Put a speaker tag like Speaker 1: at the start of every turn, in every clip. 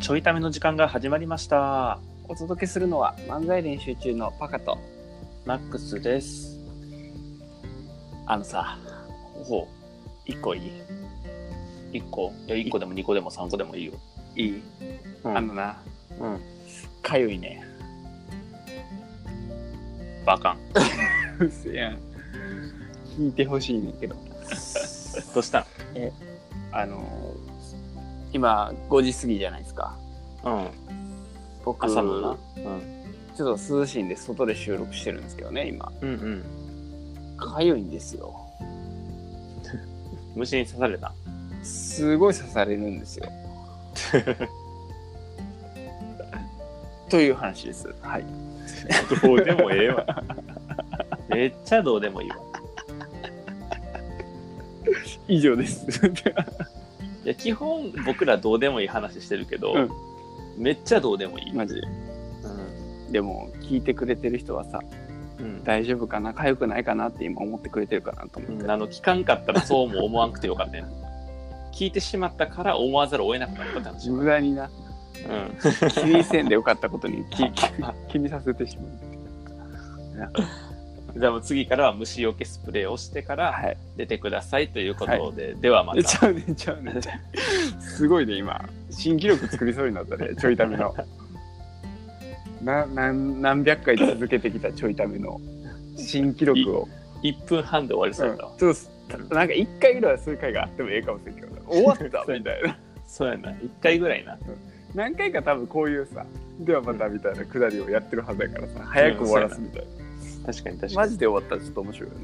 Speaker 1: ちょいための時間が始まりました。
Speaker 2: お届けするのは漫才練習中のパカと。
Speaker 1: マックスです。あのさ、
Speaker 2: ほ
Speaker 1: 1個いい ?1 個いや、1個でも2個でも3個でもいいよ。
Speaker 2: う。いい、
Speaker 1: うん
Speaker 2: あのな、
Speaker 1: うん。
Speaker 2: かゆいね。
Speaker 1: バカン。
Speaker 2: うせやん。聞いてほしいねん けど。
Speaker 1: どうした
Speaker 2: あのー、今、5時過ぎじゃないですか。
Speaker 1: うん。
Speaker 2: 僕、
Speaker 1: 朝のな。
Speaker 2: ちょっと涼しいんで、外で収録してるんですけどね、今。
Speaker 1: うん。うん
Speaker 2: かゆいんですよ。
Speaker 1: うん。虫に刺された。
Speaker 2: すごい刺されるん ですよ。という話です。はい。
Speaker 1: どうでもええ わ。めっちゃどうでもいいわ。
Speaker 2: 以上です。
Speaker 1: いや、基本僕らどうでもいい話してるけど、
Speaker 2: うん
Speaker 1: めっちゃどうでもいい。
Speaker 2: マジで。
Speaker 1: うん。
Speaker 2: でも、聞いてくれてる人はさ、
Speaker 1: うん。
Speaker 2: 大丈夫かな痒くないかなって今思ってくれてるかなと思って、
Speaker 1: あの聞かんかったらそうも思わんくてよかったよ聞いてしまったから思わざるを得なくなったって話
Speaker 2: 無駄にな
Speaker 1: うん
Speaker 2: 気にせんでよかっ たことに気気気にさせてしまう
Speaker 1: じゃあもう次からは虫除けスプレーをしてから
Speaker 2: はい
Speaker 1: 出てくださいということで、ではま
Speaker 2: え
Speaker 1: た
Speaker 2: ちゃうねちゃうねすごいね今新記録作りそうになったねちょいためのななん何百回続けてきたちょいための新記録を、
Speaker 1: 1分半で終わり
Speaker 2: う
Speaker 1: そうんだわ、
Speaker 2: ちょっとなんか一回ぐらいはそういう回があってもええかもしれんけど終 わったみたいな
Speaker 1: そうやな1回ぐらいな
Speaker 2: 何回か多分こういうさではまたみたいなくだりをやってるはずやからさ早く終わらすみたいな、
Speaker 1: 確かに確か
Speaker 2: マ
Speaker 1: に、
Speaker 2: ジで終わったらちょっと面白いよ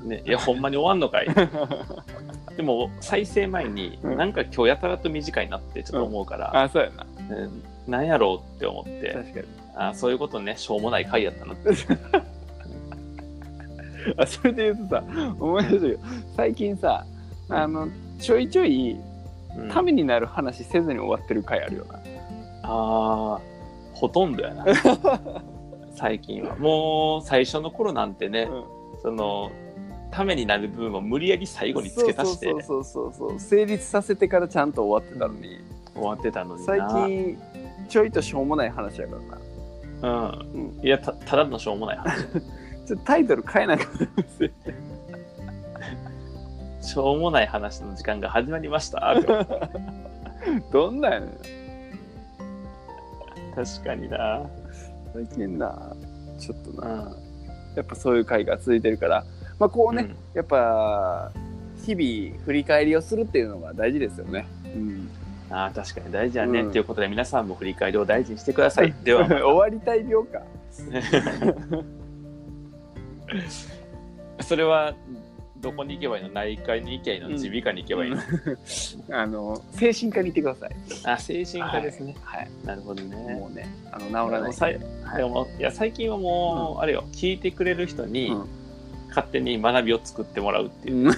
Speaker 2: な
Speaker 1: ね、いやほんまに終わんのかい でも再生前に、
Speaker 2: うん
Speaker 1: なんか今日やたらと短いなってちょっと思うから、
Speaker 2: あ、そうやな。
Speaker 1: うんなんやろうって思って
Speaker 2: 確かに。
Speaker 1: あそういうことねしょうもない回やったなって
Speaker 2: あ、それで言うとさ、思い出したけど、最近さ、あの、ちょいちょい、
Speaker 1: うん
Speaker 2: ためになる話せずに終わってる回あるよな。
Speaker 1: ああほとんどや な最近はもう最初の頃なんてね、そのためになる部分を無理やり最後に付け足して
Speaker 2: そう
Speaker 1: 終
Speaker 2: そうそうそうそう。成立させてからちゃんと終わってたのに、
Speaker 1: わってたのにな
Speaker 2: 最近、ちょいとしょうもない話やからな。
Speaker 1: うん、いやたただのしょうもない話
Speaker 2: ちょっとタイトル変えなかったです
Speaker 1: しょうもない話の時間が始まりま した確
Speaker 2: どんなんやねん。
Speaker 1: かにな
Speaker 2: 最近な、ちょっと
Speaker 1: う
Speaker 2: な、
Speaker 1: ん
Speaker 2: やっぱそういう回が続いてるから、まあこうね、
Speaker 1: うん
Speaker 2: やっぱ、日々振り返りをするっていうのが大事ですよね。うん。
Speaker 1: あー確かに大事やね、
Speaker 2: うん
Speaker 1: ということで皆さんも振り返りを大事にしてくださいでは
Speaker 2: 終わりたい病か。
Speaker 1: それはどこに行けばいいの内科に行けばいいの
Speaker 2: うん
Speaker 1: 耳鼻科に行けばいいの、
Speaker 2: あの精神科に行ってください。
Speaker 1: あ精神科ですね、
Speaker 2: はい。
Speaker 1: なるほどね
Speaker 2: もうね、あの治らない。
Speaker 1: さいでもいや最近はもう、あれよ聞いてくれる人に、
Speaker 2: うん
Speaker 1: 勝手に学びを作ってもらうっていう、
Speaker 2: うん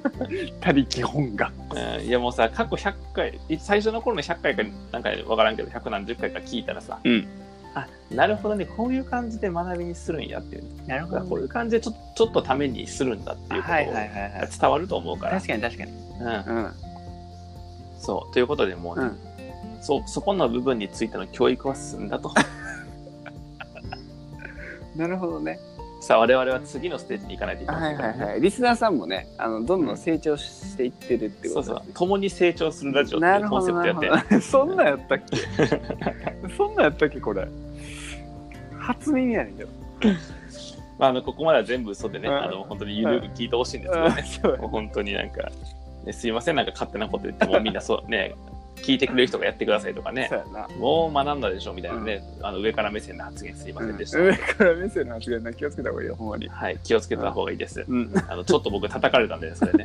Speaker 2: 他力本願。
Speaker 1: うんいやもうさ過去100回い最初の頃の100回かなんか分からんけど100何十回か聞いたらさ、
Speaker 2: うん
Speaker 1: あなるほどねこういう感じで学びにするんやっていうね、
Speaker 2: なる
Speaker 1: だからこういう感じでちょちょっとためにするんだっていうこと
Speaker 2: はいはいはい
Speaker 1: が
Speaker 2: はい。
Speaker 1: 伝わると思うから、
Speaker 2: 確かに確かに。
Speaker 1: うん
Speaker 2: うん。
Speaker 1: そうということでもうね、
Speaker 2: うん
Speaker 1: そそこの部分についての教育は進んだと
Speaker 2: なるほどね。
Speaker 1: さあ我々は次のステージに行かないといけ
Speaker 2: は
Speaker 1: ないいか
Speaker 2: は
Speaker 1: ら
Speaker 2: い
Speaker 1: ね
Speaker 2: はい。リスナーさんもね、あのどんどん成長していってるって
Speaker 1: そ
Speaker 2: こ
Speaker 1: うそ
Speaker 2: と
Speaker 1: う
Speaker 2: ですね。
Speaker 1: 共に成長するラジオって
Speaker 2: ないる
Speaker 1: うコ
Speaker 2: ほ
Speaker 1: ンセ
Speaker 2: ど
Speaker 1: プト
Speaker 2: な
Speaker 1: や
Speaker 2: る
Speaker 1: っ
Speaker 2: ほ
Speaker 1: て
Speaker 2: ど。 そんなんやったっけ？そんなんやったっけこ れ？初耳やねんけど。
Speaker 1: まあ、あのここまでは全部嘘でね、
Speaker 2: うん
Speaker 1: あの本当にゆるく聞いてほしいんですけどね、
Speaker 2: そう
Speaker 1: もう本当になんか、ね、すいませんなんか勝手なこと言ってもうみんなそうね聞いてくれる人がやってくださいとかね
Speaker 2: そうやな。
Speaker 1: もう学んだでしょみたいなね、あの上から目線の発言すいませんでした、
Speaker 2: うん上から目線の発言な気をつけた方がいいよほんまに。
Speaker 1: はい気をつけた方がいいです、
Speaker 2: うん。
Speaker 1: あのちょっと僕叩かれたんでそれ ね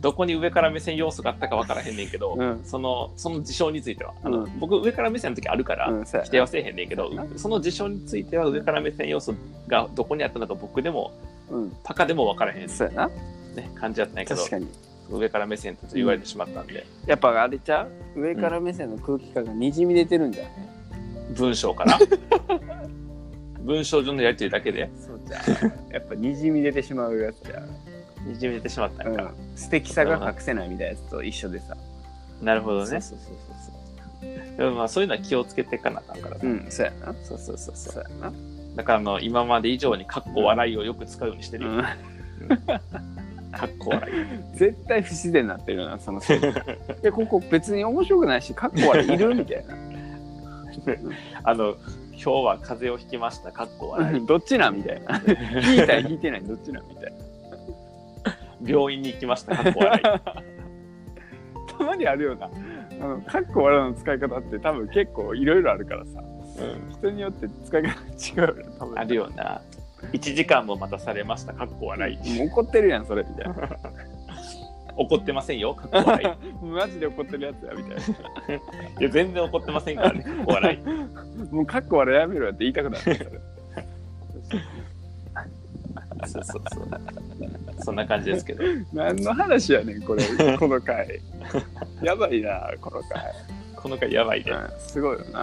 Speaker 1: どこに上から目線要素があったかわからへんねんけど、
Speaker 2: うん
Speaker 1: そのその事象についてはあの、
Speaker 2: う
Speaker 1: 僕上から目線の時あるから、
Speaker 2: うんそうや
Speaker 1: 否
Speaker 2: な
Speaker 1: 定はせえへんねんけど、その事象については上から目線要素がどこにあったのか僕でも
Speaker 2: うん。
Speaker 1: パカでも分からへん
Speaker 2: そうやな。
Speaker 1: ね、感じやったんやけど
Speaker 2: 確、かに。
Speaker 1: 上から目線と言われてしまったんで、
Speaker 2: やっぱあれちゃう上から目線の空気感がにじみ出てるんだよね。
Speaker 1: 文章 から。文章上のやりとりだけで、
Speaker 2: そう じゃん。やっぱにじみ出てしまうやつじゃん。
Speaker 1: にじみ出てしまったんやから。
Speaker 2: 素敵さが隠せないみたいなやつと一緒でさ。
Speaker 1: なるほどね。
Speaker 2: そうそうそう
Speaker 1: でもまあそういうのは気をつけていかなあかんからね。
Speaker 2: うん、そうやな。
Speaker 1: そうそうそうそう。
Speaker 2: そうやな。
Speaker 1: だからあの今まで以上にかっこ笑いをよく使うようにしてるよ。かっこ 笑い。
Speaker 2: 絶対不自然になってるなその人いやここ別に面白くないしかっこ悪いいるみたいな
Speaker 1: あの今日は風邪をひ きました。かっこ笑い。
Speaker 2: どっちなんみたい な引いた引いてないどっちなんみたいな
Speaker 1: 病院に行きました。かっこ笑
Speaker 2: たまにあるよなあのかっこ悪いの使い方って多分結構いろいろあるからさ
Speaker 1: い。うん
Speaker 2: 人によって使い方違うよな多分
Speaker 1: あるよな。1時間も待たされました。かっこ笑い。
Speaker 2: もう怒ってるやんそれみたい な
Speaker 1: 怒ってませんよ。かっこ笑。
Speaker 2: マジで怒ってるやつやみたいない
Speaker 1: いや、全然怒ってませんからね。かっこ笑い。
Speaker 2: もうかっこ悪いやめろよって言いたくなる
Speaker 1: そうそうそう。そんな感じですけど。
Speaker 2: 何の話やねん これこの回やばいなこの回
Speaker 1: この回やばいで。
Speaker 2: うんすごいよな。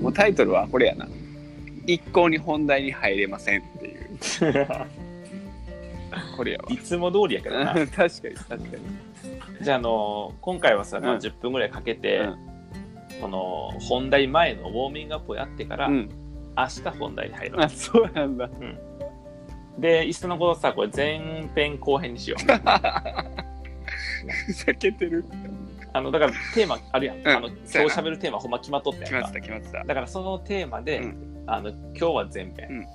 Speaker 2: もうタイトルはこれやな。一向に本題に入れませんっていう。これや
Speaker 1: いつも通りやけど
Speaker 2: わ。
Speaker 1: な。
Speaker 2: 確かに確かに。
Speaker 1: じゃあ、あの今回はさ、まあ、
Speaker 2: うん
Speaker 1: 10分ぐらいかけて、
Speaker 2: うん
Speaker 1: この本題前のウォーミングアップをやってから、
Speaker 2: うん。
Speaker 1: 明日本題に入ろ
Speaker 2: あ、そうなんだ。
Speaker 1: う。で、いっそのことさ、これ前編後編にしよう。
Speaker 2: ふざけてる。
Speaker 1: あの、だからテーマあるやん。
Speaker 2: ん
Speaker 1: あの、今日
Speaker 2: そうやな
Speaker 1: 喋るテーマほんま決まっとった
Speaker 2: 決
Speaker 1: やん
Speaker 2: ま
Speaker 1: か
Speaker 2: って。た決まって
Speaker 1: だからそのテーマで、
Speaker 2: う
Speaker 1: あの、今日は前編、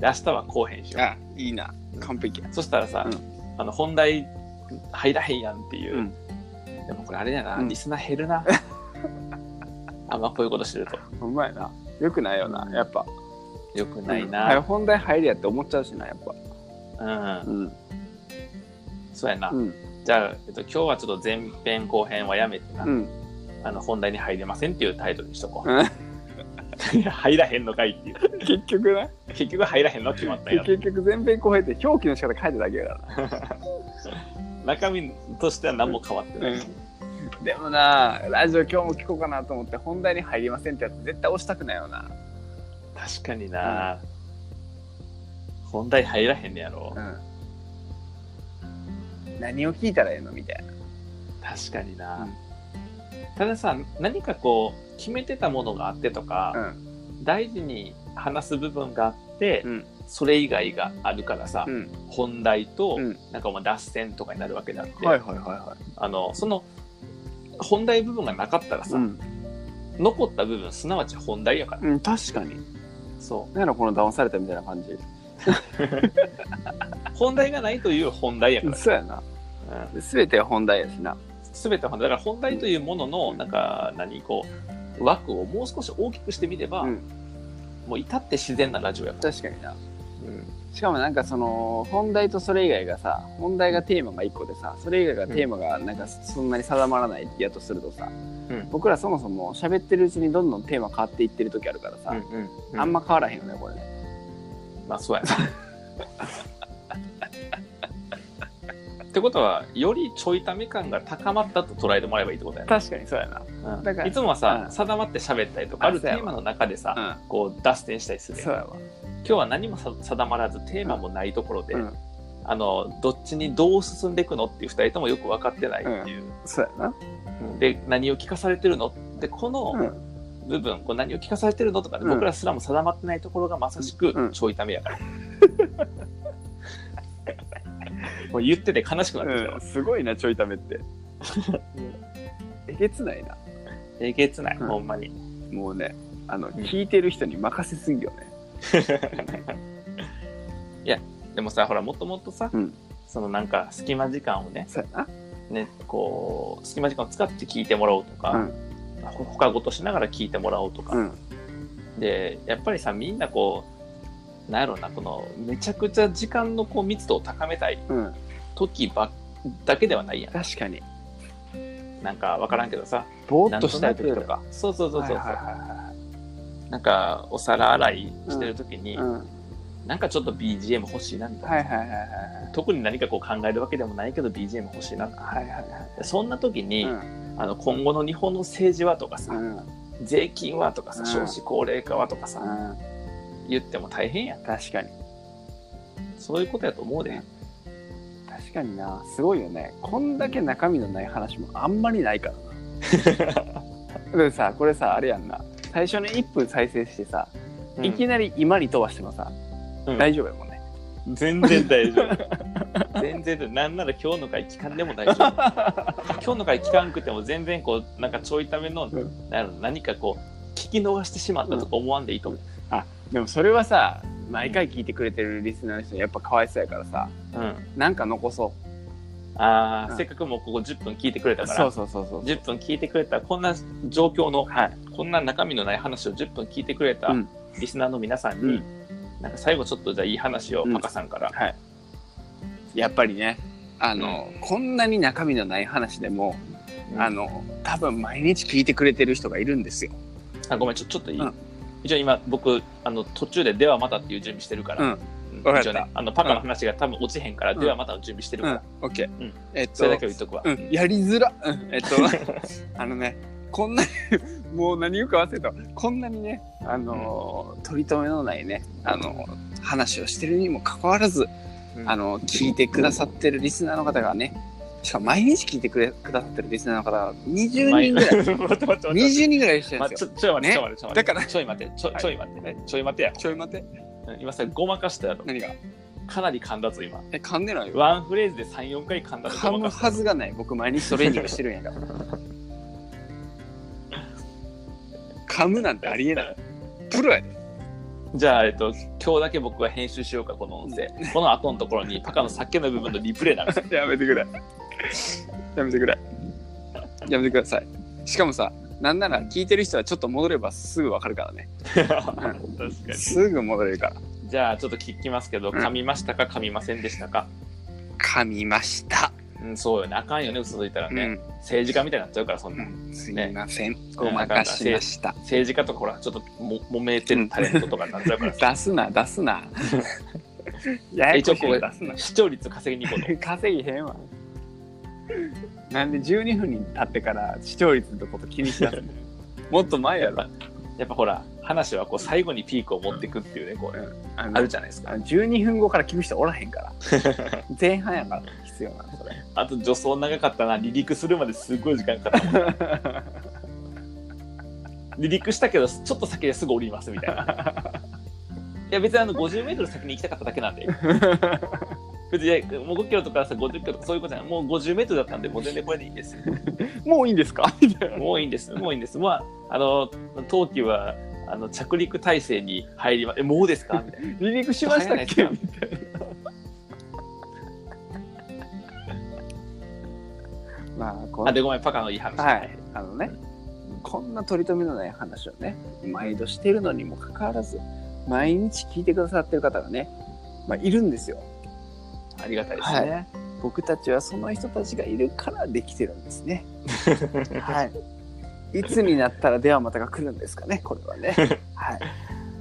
Speaker 1: で、明日は後編しよ
Speaker 2: た。あ、いいな。完璧や。
Speaker 1: う。そしたらさ、
Speaker 2: う
Speaker 1: あの、本題入らへんやんっていう。
Speaker 2: うん
Speaker 1: でもこれあれやな、
Speaker 2: うん
Speaker 1: リスナー減る な。あんまこういうことしてると。
Speaker 2: ほんまやな。よくないよな。やっぱ。
Speaker 1: よくない
Speaker 2: はい
Speaker 1: な。
Speaker 2: 本題入れやって思っちゃうしな、やっぱ。
Speaker 1: うん
Speaker 2: うん。
Speaker 1: そうやな。
Speaker 2: うん。
Speaker 1: じゃあ、えっと、今日はちょっと前編後編はやめてな、
Speaker 2: うん。
Speaker 1: あの本題に入れませんっていうタイトルにしとこう。
Speaker 2: うん
Speaker 1: いや 入らへんのかいっていう。
Speaker 2: 結局な。
Speaker 1: 結局入らへんの決まったんやろ。
Speaker 2: 結局前編後編って表記の仕方変えただけやからな。
Speaker 1: 中身としては何も変わってない。
Speaker 2: でもなラジオ今日も聞こうかなと思って本題に入りませんってやつ絶対押したくないよな、
Speaker 1: 確かにな、本題入らへんねやろ。
Speaker 2: うん、何を聞いたらええのみたいな
Speaker 1: 確かにな、
Speaker 2: うん
Speaker 1: たださ、何かこう、決めてたものがあってとか、
Speaker 2: ん
Speaker 1: 大事に話す部分があって、
Speaker 2: うん
Speaker 1: それ以外があるからさ、
Speaker 2: うん
Speaker 1: 本題と、
Speaker 2: うん
Speaker 1: なんかお前脱線とかになるわけだって。
Speaker 2: はいはいはいは
Speaker 1: あのその本題部分がなかったら
Speaker 2: い
Speaker 1: さ、
Speaker 2: ん、
Speaker 1: 残った部分すなわち本題やから、
Speaker 2: うん、確かに
Speaker 1: そ
Speaker 2: なんやろこの騙されたみたいな感じ
Speaker 1: う本題がないという本題やから、
Speaker 2: そうやな
Speaker 1: うん、
Speaker 2: 全て本題やしな
Speaker 1: 全て本題だから本題というもののなんか何こう枠をもう少し大きくしてみれば、
Speaker 2: うん
Speaker 1: もう至って自然なラジオやか
Speaker 2: 確かにな
Speaker 1: ら、
Speaker 2: しかもなんかその本題とそれ以外がさ本題がテーマが1個でさそれ以外がテーマがなんかそんなに定まらないやとするとさ、
Speaker 1: うん
Speaker 2: 僕らそもそも喋ってるうちにどんどんテーマ変わっていってる時あるからさ、あ
Speaker 1: あん
Speaker 2: ん
Speaker 1: ま
Speaker 2: ま変わらへんよねこれね
Speaker 1: まあそうやなってことはよりちょいため感が高まったと捉えてもらえばいいってことやな
Speaker 2: 確かにそうやな
Speaker 1: うん
Speaker 2: だから
Speaker 1: いつもはさ、
Speaker 2: うん
Speaker 1: 定まって喋ったりとかあるテーマの中でさ、
Speaker 2: うん
Speaker 1: こう脱線したりするやん
Speaker 2: そうやわ
Speaker 1: 今日は何もさ定まらずテーマもないところで、
Speaker 2: うん
Speaker 1: あのどっちにどう進んでいくのっていう2人ともよく分かってないっていう、
Speaker 2: そうやな
Speaker 1: うんで何を聞かされてるのってこの
Speaker 2: ん
Speaker 1: 部分、こう何を聞かされてるのとかね、
Speaker 2: うん
Speaker 1: 僕らすらも定まってないところがまさし
Speaker 2: う
Speaker 1: く
Speaker 2: ん
Speaker 1: ちょいためや から。もう言ってて悲しくなってきたわ、
Speaker 2: すごいなちょいためってえげつないな
Speaker 1: えげつない、
Speaker 2: うん
Speaker 1: ほんまに。
Speaker 2: もうねあの、
Speaker 1: ん
Speaker 2: 聞いてる人に任せすぎよ ね
Speaker 1: いやでもさほらもともとさ、
Speaker 2: うん
Speaker 1: そのなんか隙間時間をね
Speaker 2: そうや
Speaker 1: ね、こう、隙間時間を使って聞いてもらおうと
Speaker 2: う
Speaker 1: か、ほ他ごとしながら聞いてもらおうとか、
Speaker 2: な
Speaker 1: で、やっぱりさ、みんなこう、なんやろうな、この、めちゃくちゃ時間のこう密度を高めたい
Speaker 2: うんうん
Speaker 1: 時ばだけではないや
Speaker 2: 確かに
Speaker 1: ん。なんかわからんけどさ、
Speaker 2: ぼー
Speaker 1: なん
Speaker 2: っと
Speaker 1: と
Speaker 2: し
Speaker 1: したた
Speaker 2: い
Speaker 1: い時
Speaker 2: 時
Speaker 1: と
Speaker 2: とか
Speaker 1: か、そうそうそうそう、
Speaker 2: はいはいはいは
Speaker 1: なんかお皿洗いしてる時に、
Speaker 2: いうん
Speaker 1: なんかちょっと BGM 欲しいなみたいな。
Speaker 2: はいはいはいはい
Speaker 1: 特に何かこう考えるわけでもないけど BGM 欲しいな
Speaker 2: はいはいはいはい
Speaker 1: そんな時に、
Speaker 2: うん
Speaker 1: あの今後の日本の政治はとかさ、
Speaker 2: うん
Speaker 1: 税金はとかさ
Speaker 2: うん
Speaker 1: 少子高齢化はとかさ、
Speaker 2: うん
Speaker 1: 言っても大変やん
Speaker 2: 確かに
Speaker 1: そういうことやと思うで、
Speaker 2: 確かになすごいよねこんだけ中身のない話もあんまりないから でさこれさあれやんな最初の1分再生してさ、いきなり今に飛ばしてもさ、
Speaker 1: うん
Speaker 2: 大丈夫やもんね
Speaker 1: 全然大丈 夫全然大丈夫なんなら今日の回聞かんでも大丈 夫今日の回聞かんくても全然こうなんかちょいための、
Speaker 2: う
Speaker 1: なる何かこう聞き逃してしまったとか思わんでいいと思う、
Speaker 2: でもそれはさ毎回聞いてくれてるリスナーの人やっぱかわいそうやからさ
Speaker 1: うん、
Speaker 2: なんか残そう
Speaker 1: ああ、
Speaker 2: うん
Speaker 1: せっかくもうここ10分聞いてくれたから
Speaker 2: そうそうそうそう
Speaker 1: 10分聞いてくれたこんな状況の
Speaker 2: はい
Speaker 1: こんな中身のない話を10分聞いてくれた
Speaker 2: うん
Speaker 1: リスナーの皆さんに、
Speaker 2: うん
Speaker 1: なんか最後ちょっとじゃあいい話を
Speaker 2: うん
Speaker 1: パカさんから、
Speaker 2: はいやっぱりねあの、こんなに中身のない話でも、
Speaker 1: うん
Speaker 2: あの多分毎日聞いてくれてる人がいるんですよ
Speaker 1: あごめんちょちょっといい、
Speaker 2: うん
Speaker 1: 一応今僕あの途中で「ではまた」っていう準備してるから、
Speaker 2: うん
Speaker 1: うん
Speaker 2: わかっ
Speaker 1: 一
Speaker 2: た
Speaker 1: 応ねあのパカの話が多分落ちへんから、
Speaker 2: うん
Speaker 1: ではまたの準備してる
Speaker 2: う
Speaker 1: か
Speaker 2: ん
Speaker 1: ら、
Speaker 2: オッケー、
Speaker 1: うん
Speaker 2: えっと
Speaker 1: それだけは言っとくわ、
Speaker 2: うん、やりづら、うん、えっと あのねこんな もう何言うか忘れたこんなにねあのー、取り留めのないねあのー話をしてるにもかかわらず
Speaker 1: うん
Speaker 2: あのー聞いてくださってるリスナーの方がねしかも毎日聞いてくれくださってるリスナーの方が20人 ぐら
Speaker 1: 待
Speaker 2: い
Speaker 1: って待って待って
Speaker 2: 20人ぐらいいらっしゃるん
Speaker 1: ま
Speaker 2: です
Speaker 1: ち
Speaker 2: よ、
Speaker 1: ょちょい待って、ちょい待って、ちょい待ってちょい
Speaker 2: だから
Speaker 1: 待って、ちょ
Speaker 2: はい
Speaker 1: ちょい待って、ね、ちょい待てや。
Speaker 2: ちょい待って
Speaker 1: 今さ、ごまかしたやろ。
Speaker 2: 何が
Speaker 1: かなり噛んだぞ、今。
Speaker 2: え噛んでないよ
Speaker 1: ワンフレーズで3、4回噛んだぞ、
Speaker 2: 噛
Speaker 1: ご
Speaker 2: む
Speaker 1: まか
Speaker 2: は
Speaker 1: し
Speaker 2: ずがない僕毎日トレーニングしてるんやから噛むなんてありえないプロやで
Speaker 1: たじゃあ、えっと、今日だけ僕は編集しようか、この音声。この後のところに、パカのさっきの部分のリプレイなんです。
Speaker 2: やめてくれ。やめてくれ。やめてください。しかもさ、なんなら聞いてる人はちょっと戻ればすぐわかるからね。
Speaker 1: 確か
Speaker 2: すぐ戻れるから。
Speaker 1: に。じゃあ、ちょっと聞きますけど、噛みましたか、噛みませんでしたか。
Speaker 2: 噛みました。
Speaker 1: うん、そうよね。あかんよね、嘘ついたらね。政治家みたいになっちゃうから、そん
Speaker 2: う
Speaker 1: な。
Speaker 2: ん。すいません。ごまかしました。
Speaker 1: 政治家とかほら、ちょっとも揉めてるタレントとかになっちゃうから。
Speaker 2: 出すな、出 すな。 ややこしいの出すな。
Speaker 1: 視聴率稼ぎに行こうと。
Speaker 2: 稼ぎへんわ。なんで12分に経ってから視聴率のこと気にしだすのもっと前やろ。
Speaker 1: やっぱほら、話はこう最後にピークを持っていくっていうね、こう、
Speaker 2: あの
Speaker 1: あるじゃないですか。
Speaker 2: 12分後から聞く人おらへんから。前半やから必要なの、それ。
Speaker 1: あと助走長かったな、離陸するまですごい時間かかった。離陸したけど、ちょっと先ですぐ降りますみたいな。いや、別にあの50メートル先に行きたかっただけなんで、別にいやもう5キロとかさ、50キロとかそういうことじゃない、もう50メートルだったんで、もう全然これでいいです。
Speaker 2: もういいんですかみたいな。
Speaker 1: もういいんです、もういいんです。まあ、あの、冬季は、あの着陸体制に入りまえもうですかみたいな。
Speaker 2: 離陸しましたっけ
Speaker 1: 早い
Speaker 2: みたいな。 まあ、こ
Speaker 1: あ、
Speaker 2: ん
Speaker 1: で、ごめん、パカのいい話。
Speaker 2: はい。あのね、こんな取り留めのない話をね、毎度してるのにもかかわらず、毎日聞いてくださってる方がね、まあ、いるんですよ。
Speaker 1: ありがたいですね。
Speaker 2: い。僕たちはその人たちがいるからできてるんで すね。はい。いつになったらではまたが来るんですかね、これはね。 はい。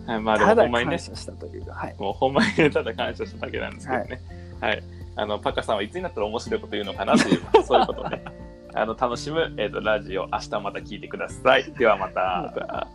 Speaker 1: はい、まあ、でも
Speaker 2: た
Speaker 1: ほ
Speaker 2: だ
Speaker 1: んまにね
Speaker 2: 感、謝したという。はい。
Speaker 1: もうほんまにただ感謝しただけなんですけどね。はい。あの、パカさんはいつになったら面白いこと言うのかなという、 そう いうことね。あの、楽しむ、えっ、と、ラジオ、明日また聞いてください。ではまた。